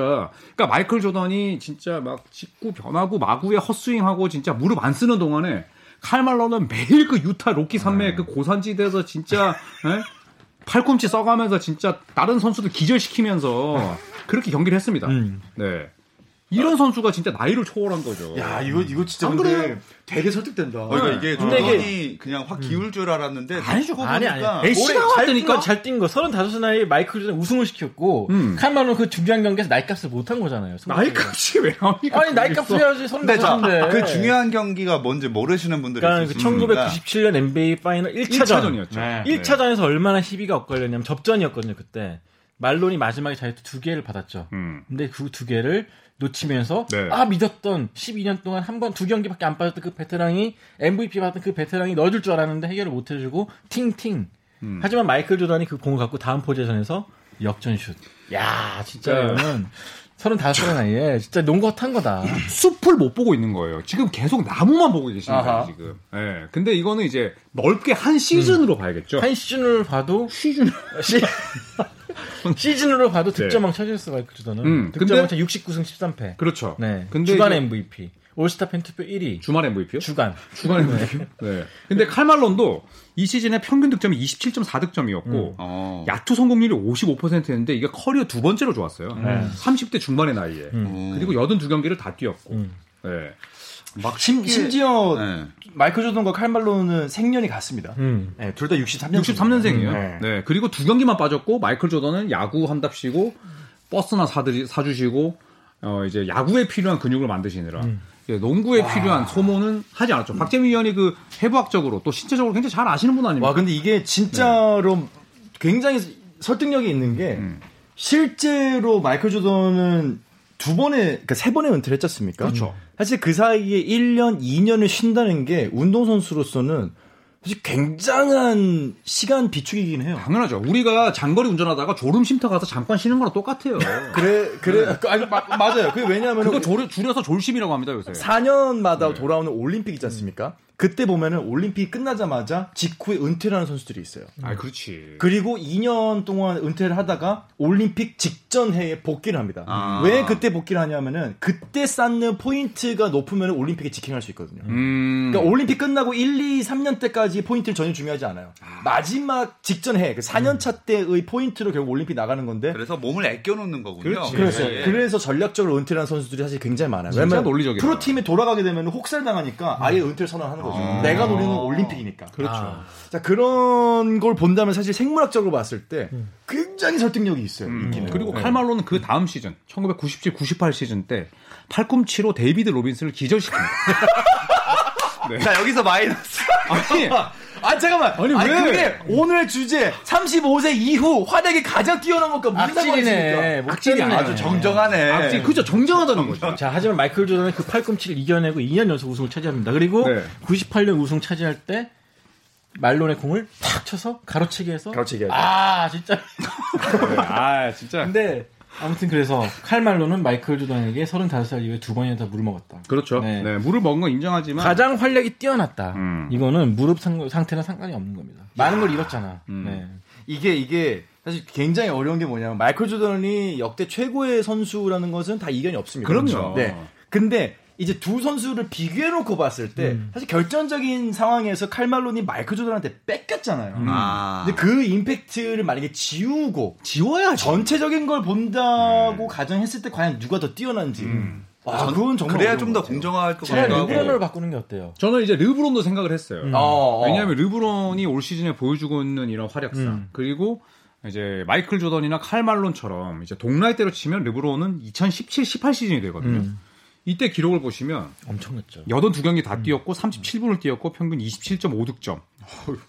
[SPEAKER 3] 그러니까 마이클 조던이 진짜 막 직구 변하고 마구에 헛스윙하고 진짜 무릎 안 쓰는 동안에 칼말로는 매일 그 유타 로키 산맥 그 고산지대에서 진짜 예? 팔꿈치 써가면서 진짜 다른 선수들 기절시키면서 그렇게 경기를 했습니다. 네. 이런 선수가 진짜 나이를 초월한 거죠.
[SPEAKER 5] 야, 이거, 이거 진짜
[SPEAKER 3] 안
[SPEAKER 5] 근데
[SPEAKER 3] 그래요?
[SPEAKER 5] 되게 설득된다.
[SPEAKER 1] 어, 그러니까 이게
[SPEAKER 4] 근데 이게-
[SPEAKER 1] 조던이 그냥 확 기울 줄 알았는데.
[SPEAKER 3] 아니죠.
[SPEAKER 1] 듣고
[SPEAKER 4] 아니,
[SPEAKER 1] 보니까
[SPEAKER 4] 아니.
[SPEAKER 3] 에이, 시간 왔으니까.
[SPEAKER 4] 잘뛴거 35살 나이 마이클 조던 우승을 시켰고
[SPEAKER 3] 음.
[SPEAKER 4] 칼말론 그 중요한 경기에서 나이값을 못한 거잖아요.
[SPEAKER 3] 나이값이 왜 나옵니까?
[SPEAKER 4] 아니, 나이값을 해야지
[SPEAKER 1] 근데 자,
[SPEAKER 4] 35살인데. 네.
[SPEAKER 1] 그 중요한 경기가 뭔지 모르시는 분들이
[SPEAKER 4] 그러니까
[SPEAKER 1] 있을
[SPEAKER 4] 그
[SPEAKER 1] 수 있으니까.
[SPEAKER 4] 1997년 NBA 파이널 1차전.
[SPEAKER 3] 1차전이었죠. 네,
[SPEAKER 4] 1차전에서 얼마나 시비가 엇갈렸냐면 접전이었거든요, 그때. 말론이 마지막에 자유투 두 개를 받았죠.
[SPEAKER 3] 음.
[SPEAKER 4] 근데 그 두 개를 놓치면서
[SPEAKER 3] 네.
[SPEAKER 4] 아 믿었던 12년 동안 한 번 두 경기밖에 안 빠졌던 그 베테랑이 MVP 받았던 그 베테랑이 넣어줄
[SPEAKER 3] 음.
[SPEAKER 4] 줄 알았는데 해결을 못 해주고 팅팅. 하지만 마이클 조던이 그 공을 갖고 다음 포지션에서 역전슛. 야,
[SPEAKER 3] 네.
[SPEAKER 4] 진짜 이거는 35살 나이에 진짜 농구 핫한 거다.
[SPEAKER 3] 숲을 못 보고 있는 거예요. 지금 계속 나무만 보고 계시는 거예요,
[SPEAKER 5] 아하.
[SPEAKER 3] 지금. 예. 근데 이거는 이제 넓게 한 시즌으로 봐야겠죠.
[SPEAKER 4] 음. 한 시즌을 봐도 시즌 시즌으로 봐도 득점왕 차지했어 마이클
[SPEAKER 3] 네. 음,
[SPEAKER 4] 는 득점왕
[SPEAKER 3] 근데-
[SPEAKER 4] 차 69승 13패.
[SPEAKER 3] 그렇죠.
[SPEAKER 4] 네.
[SPEAKER 3] 근데
[SPEAKER 4] 주간
[SPEAKER 3] 이제
[SPEAKER 4] MVP. 올스타 팬투표 1위.
[SPEAKER 3] 주말 MVP요?
[SPEAKER 4] 주간.
[SPEAKER 3] 주간 MVP. 네. 근데 칼말론도 이 시즌에 평균 득점이 27.4
[SPEAKER 4] 음.
[SPEAKER 3] 득점이었고
[SPEAKER 1] 어.
[SPEAKER 3] 야투 성공률이 55%였는데 이게 커리어 두 번째로 좋았어요.
[SPEAKER 4] 네.
[SPEAKER 3] 30대 중반의 나이에. 그리고 82경기를 다 뛰었고.
[SPEAKER 4] 음.
[SPEAKER 3] 네.
[SPEAKER 5] 막 심, 심지어
[SPEAKER 1] 네.
[SPEAKER 5] 마이클 조던과 칼말로는 생년이 같습니다.
[SPEAKER 4] 음.
[SPEAKER 5] 네, 둘 다 63년.
[SPEAKER 3] 63년생이에요.
[SPEAKER 5] 네.
[SPEAKER 3] 네. 그리고 두 경기만 빠졌고 마이클 조던은 야구 한답시고 버스나 사들이 사주시고 어 이제 야구에 필요한 근육을 만드시느라 이제 농구에 필요한 소모는 하지 않았죠. 박재민 위원이 그 해부학적으로 또 신체적으로 굉장히 잘 아시는 분 아닙니까?
[SPEAKER 5] 와, 근데 이게 진짜로 굉장히 설득력이 있는 게 실제로 마이클 조던은 두 번에, 그러니까 세 번의 은퇴를 했지 않습니까?
[SPEAKER 3] 그렇죠.
[SPEAKER 5] 사실 그 사이에 1년, 2년을 쉰다는 게 운동선수로서는 사실 굉장한 시간 비축이긴 해요.
[SPEAKER 3] 당연하죠. 우리가 장거리 운전하다가 졸음 쉼터 가서 잠깐 쉬는 거랑 똑같아요.
[SPEAKER 5] 그래, 그래. 아니, 마- 맞아요. 네. 그게 왜냐하면
[SPEAKER 3] 그거 졸- 줄여서 졸심이라고 합니다 요새.
[SPEAKER 5] 4년마다 돌아오는 올림픽 있지 않습니까? 그때 보면은 올림픽 끝나자마자 직후에 은퇴를 하는 선수들이 있어요.
[SPEAKER 3] 아 그렇지.
[SPEAKER 5] 예. 그리고 2년 동안 은퇴를 하다가 올림픽 직전 해에 복귀를 합니다.
[SPEAKER 1] 아.
[SPEAKER 5] 왜 그때 복귀를 하냐면은 그때 쌓는 포인트가 높으면 올림픽에 직행할 수 있거든요.
[SPEAKER 3] 음.
[SPEAKER 5] 그러니까 올림픽 끝나고 1, 2, 3년 때까지 포인트는 전혀 중요하지 않아요. 마지막 직전 해, 그 4년 차 때의 포인트로 결국 올림픽 나가는 건데.
[SPEAKER 1] 그래서 몸을 아껴놓는 거군요.
[SPEAKER 5] 그렇죠. 그래서
[SPEAKER 1] 예, 예.
[SPEAKER 5] 그래서 전략적으로 은퇴하는 선수들이 사실 굉장히 많아요.
[SPEAKER 3] 진짜 음.
[SPEAKER 5] 왜냐면
[SPEAKER 3] 논리적이다.
[SPEAKER 5] 프로 팀에 돌아가게 되면 혹살 당하니까 아예 은퇴를 선언하는 거죠. 내가 노리는 건 올림픽이니까. 그렇죠. 자 그런 걸 본다면 사실 생물학적으로 봤을 때 굉장히 설득력이 있어요.
[SPEAKER 3] 음,
[SPEAKER 5] 있기는.
[SPEAKER 3] 그리고
[SPEAKER 5] 네.
[SPEAKER 3] 칼말로는 그 다음 시즌 1997, 98 시즌 때 팔꿈치로 데이비드 로빈슨을 기절시킵니다.
[SPEAKER 1] 자 여기서 마이너스.
[SPEAKER 3] 아니,
[SPEAKER 5] 아 잠깐만. 아니,
[SPEAKER 3] 왜?
[SPEAKER 5] 그게 오늘의 주제 35세 이후 화력이 가장 뛰어난 것과 무슨 상관이 있습니까?
[SPEAKER 4] 악질이네.
[SPEAKER 3] 악질이야.
[SPEAKER 4] 목소리네.
[SPEAKER 1] 아주 정정하네.
[SPEAKER 3] 악질, 그죠 정정하다는 거죠.
[SPEAKER 4] 자, 하지만 마이클 조던은 그 팔꿈치를 이겨내고 2년 연속 우승을 차지합니다. 그리고
[SPEAKER 3] 네.
[SPEAKER 4] 98년 우승 차지할 때 말론의 공을 탁 쳐서 가로채기 해서
[SPEAKER 5] 가로채기 하죠.
[SPEAKER 4] 아, 진짜.
[SPEAKER 3] 아 진짜.
[SPEAKER 4] 근데 아무튼 그래서 칼 말론은 마이클 조던에게 35살 이후에 두 번이나 다 물을 먹었다.
[SPEAKER 3] 그렇죠. 네.
[SPEAKER 4] 네.
[SPEAKER 3] 물을 먹은 건 인정하지만
[SPEAKER 4] 가장 활력이 뛰어났다.
[SPEAKER 3] 어? 음.
[SPEAKER 4] 이거는 무릎 상, 상태는 상관이 없는 겁니다. 많은 걸 잃었잖아. 네.
[SPEAKER 5] 이게 이게 사실 굉장히 어려운 게 뭐냐면 마이클 조던이 역대 최고의 선수라는 것은 다 이견이 없습니다.
[SPEAKER 3] 그럼요.
[SPEAKER 5] 네. 근데 이제 두 선수를 비교해 놓고 봤을 때 사실 결정적인 상황에서 칼말론이 마이클 조던한테 뺏겼잖아요.
[SPEAKER 1] 아.
[SPEAKER 5] 근데 그 임팩트를 만약에 지우고 지워야 전체적인 걸 본다고 가정했을 때 과연 누가 더 뛰어난지. 아, 그건 정말
[SPEAKER 1] 그래야
[SPEAKER 5] 어려운
[SPEAKER 1] 좀 더
[SPEAKER 5] 것 같아요.
[SPEAKER 1] 공정할 것
[SPEAKER 4] 차라리
[SPEAKER 1] 같기도
[SPEAKER 4] 르브론을
[SPEAKER 1] 하고.
[SPEAKER 4] 바꾸는 게 어때요?
[SPEAKER 3] 저는 이제 르브론도 생각을 음. 했어요.
[SPEAKER 5] 어, 어.
[SPEAKER 3] 왜냐하면 르브론이 올 시즌에 보여주고 있는 이런 활약상 그리고 이제 마이클 조던이나 칼 말론처럼 이제 동라이대로 치면 르브론은 2017, 18 시즌이 되거든요. 이때 기록을 보시면
[SPEAKER 4] 엄청났죠.
[SPEAKER 3] 82경기 다 뛰었고 37분을 뛰었고 평균 27.5 득점. 음.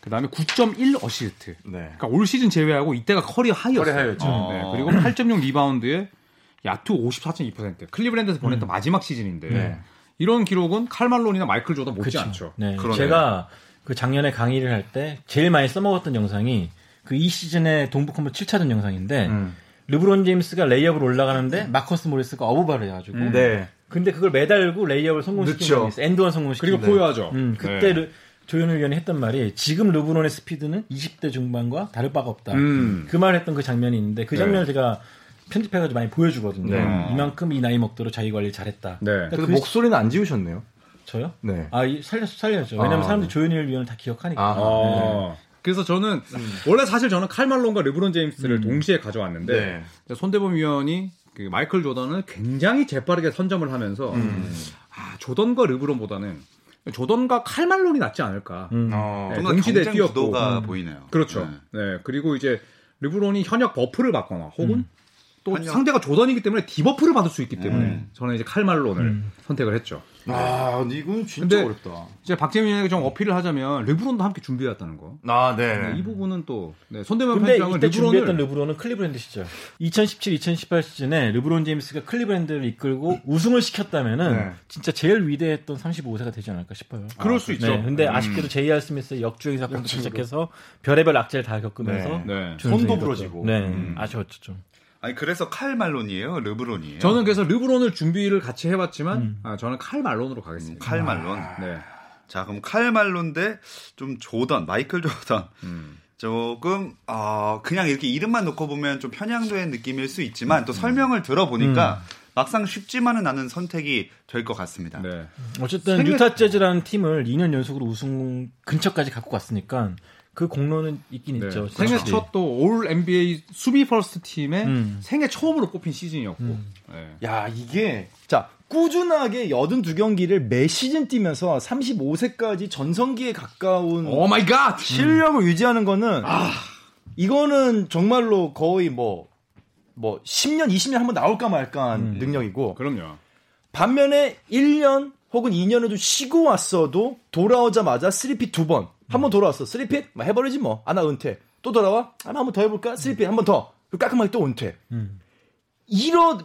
[SPEAKER 3] 그다음에 9.1 어시스트.
[SPEAKER 5] 네.
[SPEAKER 3] 그러니까 올 시즌 제외하고 이때가 커리어 하이였어요.
[SPEAKER 5] 커리어 하이였죠.
[SPEAKER 3] 어, 네. 그리고 8.6 리바운드에 야투 54.2%. 클리브랜드에서 보냈던 마지막 시즌인데
[SPEAKER 4] 네.
[SPEAKER 3] 이런 기록은 칼말론이나 마이클 조던 못지않죠.
[SPEAKER 4] 네.
[SPEAKER 1] 그러네요.
[SPEAKER 4] 제가 그 작년에 강의를 할 때 제일 많이 써먹었던 영상이 그 이 시즌의 동부컴버 7차전 영상인데 르브론 제임스가 레이업을 올라가는데 마커스 모리스가 어부바를 해가지고
[SPEAKER 5] 네.
[SPEAKER 4] 근데 그걸 매달고 레이업을 성공시킨
[SPEAKER 5] 늦죠.
[SPEAKER 4] 적이 있어요. 엔드원 성공시킨
[SPEAKER 3] 그리고
[SPEAKER 4] 적이 있어요.
[SPEAKER 3] 포효하죠.
[SPEAKER 4] 음, 그때
[SPEAKER 3] 네.
[SPEAKER 4] 르- 조현우 위원이 했던 말이 지금 르브론의 스피드는 20대 중반과 다를 바가 없다.
[SPEAKER 3] 음.
[SPEAKER 4] 그 말 했던 그 장면이 있는데 그
[SPEAKER 3] 네.
[SPEAKER 4] 장면을 제가 편집해가지고 많이 보여주거든요.
[SPEAKER 5] 네.
[SPEAKER 4] 이만큼 이 나이 먹도록 자기 관리 를 잘했다.
[SPEAKER 3] 네.
[SPEAKER 4] 그러니까
[SPEAKER 5] 그래서
[SPEAKER 4] 그
[SPEAKER 5] 목소리는 안 지우셨네요.
[SPEAKER 4] 저요?
[SPEAKER 5] 네.
[SPEAKER 4] 아, 이- 살렸, 살렸죠. 왜냐면
[SPEAKER 5] 아,
[SPEAKER 3] 네.
[SPEAKER 4] 사람들이 조현일 위원을 다 기억하니까.
[SPEAKER 5] 아.
[SPEAKER 4] 네.
[SPEAKER 3] 어. 그래서 저는 원래 사실 저는 칼말론과 르브론 제임스를 동시에 가져왔는데 손대범 위원이 그 마이클 조던을 굉장히 재빠르게 선점을 하면서 아, 조던과 르브론보다는 조던과 칼말론이 낫지 않을까.
[SPEAKER 4] 음.
[SPEAKER 3] 네,
[SPEAKER 1] 어. 뭔가
[SPEAKER 3] 동시대에
[SPEAKER 1] 경쟁
[SPEAKER 3] 뛰었고.
[SPEAKER 1] 구도가 아, 보이네요.
[SPEAKER 3] 그렇죠.
[SPEAKER 1] 네.
[SPEAKER 4] 음.
[SPEAKER 3] 네. 그리고 이제 르브론이 현역 버프를 받거나 혹은 또
[SPEAKER 1] 한영-
[SPEAKER 3] 상대가 조던이기 때문에 디버프를 받을 수 있기 때문에 저는 이제 칼말론을
[SPEAKER 4] 음.
[SPEAKER 3] 선택을 했죠.
[SPEAKER 5] 아, 근데 이건 진짜
[SPEAKER 3] 근데-
[SPEAKER 5] 어렵다.
[SPEAKER 3] 이제 박재민에게 좀 어필을 하자면 르브론도 함께 준비해왔다는 거.
[SPEAKER 5] 아,
[SPEAKER 3] 네,
[SPEAKER 1] 음,
[SPEAKER 3] 이
[SPEAKER 5] 네.
[SPEAKER 3] 부분은 또 네, 손대만
[SPEAKER 4] 근데
[SPEAKER 3] 편집장은
[SPEAKER 4] 이때 준비했던
[SPEAKER 3] 르브론을
[SPEAKER 4] 르브론은 클리브랜드 시절 2017-2018 시즌에 르브론 제임스가 그러니까 클리브랜드를 이끌고 우승을 시켰다면은
[SPEAKER 5] 네.
[SPEAKER 4] 진짜 제일 위대했던 35세가 되지 않을까 싶어요.
[SPEAKER 3] 그럴 수 있죠.
[SPEAKER 4] 네,
[SPEAKER 5] 음.
[SPEAKER 4] 근데 아쉽게도 제이알 스미스의 역주행 사건부터 시작해서 별의별 악재를 다 겪으면서
[SPEAKER 3] 네.
[SPEAKER 4] 준우승에
[SPEAKER 5] 손도
[SPEAKER 4] 이뤘죠.
[SPEAKER 5] 부러지고.
[SPEAKER 4] 네, 아쉬웠죠 좀.
[SPEAKER 1] 아니 그래서 칼말론이에요, 르브론이에요.
[SPEAKER 3] 저는 그래서 르브론을 준비를 같이 해봤지만
[SPEAKER 4] 음.
[SPEAKER 3] 아, 저는 칼말론으로 가겠습니다.
[SPEAKER 1] 칼말론.
[SPEAKER 3] 네.
[SPEAKER 1] 자 그럼 칼말론데 좀 조던, 마이클 조던. 조금 어, 그냥 이렇게 이름만 놓고 보면 좀 편향된 느낌일 수 있지만 또 설명을 들어보니까 막상 쉽지만은 않은 선택이 될 것 같습니다.
[SPEAKER 3] 네.
[SPEAKER 4] 어쨌든
[SPEAKER 3] 생각-
[SPEAKER 4] 유타 재즈라는 팀을 2년 연속으로 우승 근처까지 갖고 갔으니까 그 공로는 있긴
[SPEAKER 3] 네.
[SPEAKER 4] 있죠.
[SPEAKER 3] 생애
[SPEAKER 4] 확실히.
[SPEAKER 3] 첫 또 올 NBA 수비 퍼스트 팀에
[SPEAKER 4] 음.
[SPEAKER 3] 생애 처음으로 뽑힌 시즌이었고. 네.
[SPEAKER 5] 야, 이게 자, 꾸준하게 82경기를 매 시즌 뛰면서 35세까지 전성기에 가까운
[SPEAKER 4] 어,
[SPEAKER 3] 오 마이 갓!
[SPEAKER 5] 실력을 유지하는 거는 이거는 정말로 거의 뭐, 뭐 10년, 20년 한번 나올까 말까 한 능력이고
[SPEAKER 3] 그럼요.
[SPEAKER 5] 반면에 1년 혹은 2년을 좀 쉬고 왔어도 돌아오자마자 3핏 두 번. 한 번 돌아왔어. 3핏? 뭐 해버리지 뭐. 아, 나 은퇴. 또 돌아와? 아, 나 한 번 더 해볼까? 3핏 한 번 더. 그리고 깔끔하게 또 은퇴.
[SPEAKER 4] 음.
[SPEAKER 5] 이런,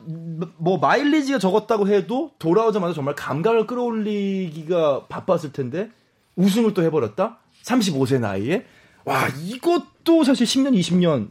[SPEAKER 5] 뭐, 마일리지가 적었다고 해도 돌아오자마자 정말 감각을 끌어올리기가 바빴을 텐데 우승을 또 해버렸다? 35세 나이에? 와, 이것도 사실 10년, 20년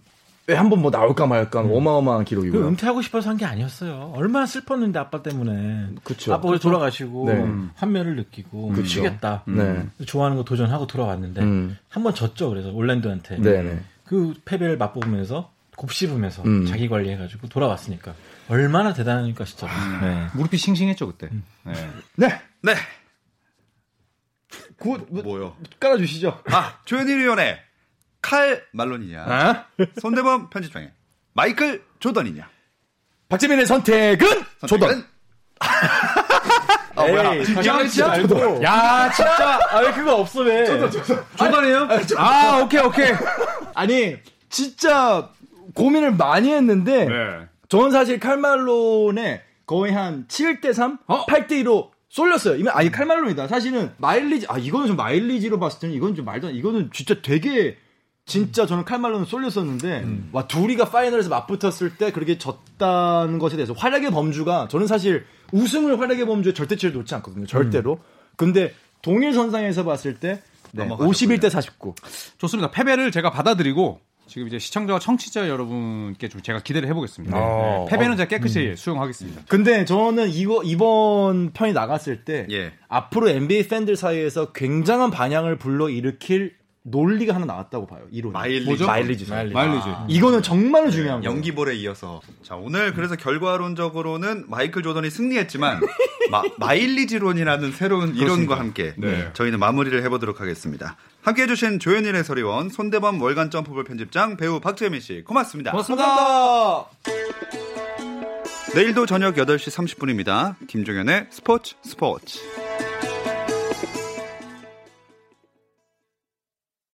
[SPEAKER 5] 에 한 번 뭐 나올까 말까 하는 어마어마한
[SPEAKER 4] 그
[SPEAKER 5] 기록이고요.
[SPEAKER 4] 은퇴하고 싶어서 한 게 아니었어요. 얼마나 슬펐는데 아빠 때문에.
[SPEAKER 5] 그쵸.
[SPEAKER 4] 아빠가 돌아가시고 음,
[SPEAKER 5] 네.
[SPEAKER 4] 환멸을 느끼고 쉬겠다.
[SPEAKER 5] 네.
[SPEAKER 4] 좋아하는 거 도전하고 돌아왔는데
[SPEAKER 5] 음.
[SPEAKER 4] 한 번 졌죠. 그래서 올랜도한테
[SPEAKER 5] 네네.
[SPEAKER 4] 그 패배를 맛보면서 곱씹으면서
[SPEAKER 5] 음.
[SPEAKER 4] 자기 관리해가지고 돌아왔으니까 얼마나 대단하니까 진짜.
[SPEAKER 5] 아.
[SPEAKER 4] 네.
[SPEAKER 3] 무릎이 싱싱했죠, 그때.
[SPEAKER 4] 음.
[SPEAKER 3] 네.
[SPEAKER 5] 네!
[SPEAKER 1] 네.
[SPEAKER 5] 굿! 뭐,
[SPEAKER 1] 뭐요?
[SPEAKER 5] 깔아주시죠.
[SPEAKER 1] 아 조현일 위원의 칼말론이냐,
[SPEAKER 5] 아?
[SPEAKER 1] 손대범 편집장의 마이클 조던이냐.
[SPEAKER 5] 박재민의 선택은 조던.
[SPEAKER 1] 선택은 아,
[SPEAKER 3] 어,
[SPEAKER 1] 뭐야.
[SPEAKER 5] 말고.
[SPEAKER 4] 야 진짜 아왜 그거 없어 왜?
[SPEAKER 3] 조던이에요?
[SPEAKER 5] 아 오케이 오케이. 아니 진짜 고민을 많이 했는데
[SPEAKER 3] 네.
[SPEAKER 5] 저는 사실 칼말론에 거의 한 7대 3,
[SPEAKER 3] 어?
[SPEAKER 5] 8대 2로 쏠렸어요. 이건 아니 칼말론이다. 사실은 마일리지 아 이거는 좀 마일리지로 봤을 때는 이건 좀 말도 안 이거는 진짜 되게 진짜 저는 칼말론 쏠렸었는데 와 둘이가 파이널에서 맞붙었을 때 그렇게 졌다는 것에 대해서 활약의 범주가 저는 사실 우승을 활약의 범주에 절대치를 놓지 않거든요. 절대로. 근데 동일 선상에서 봤을 때 네,
[SPEAKER 1] 넘어가셨군요.
[SPEAKER 5] 51대 49.
[SPEAKER 3] 좋습니다. 패배를 제가 받아들이고 지금 이제 시청자와 청취자 여러분께 좀 제가 기대를 해보겠습니다.
[SPEAKER 5] 아.
[SPEAKER 3] 네.
[SPEAKER 4] 어,
[SPEAKER 3] 패배는 제가 깨끗이
[SPEAKER 4] 음.
[SPEAKER 1] 음.
[SPEAKER 3] 수용하겠습니다.
[SPEAKER 5] 근데 저는 이거 이번 편이 나갔을 때
[SPEAKER 1] 예.
[SPEAKER 5] 앞으로 NBA 팬들 사이에서 굉장한 반향을 불러 일으킬 논리가 하나 나왔다고 봐요. 이론.
[SPEAKER 1] 마일리지. 네.
[SPEAKER 5] 마일리지.
[SPEAKER 4] 마일리지.
[SPEAKER 3] 마일리지.
[SPEAKER 5] 이거는 정말로 중요한 거예요.
[SPEAKER 1] 연기볼에 이어서 자 오늘 그래서 결과론적으로는 마이클 조던이 승리했지만 마, 일리지론이라는 새로운 이론과 함께
[SPEAKER 3] 네.
[SPEAKER 1] 저희는 마무리를 해보도록 하겠습니다. 함께해 주신 조현일 해설위원, 손대범 월간 점프볼 편집장, 배우 박재민 씨 고맙습니다.
[SPEAKER 5] 감사합니다.
[SPEAKER 1] 내일도 저녁 8시 30분입니다. 김종현의 스포츠 스포츠.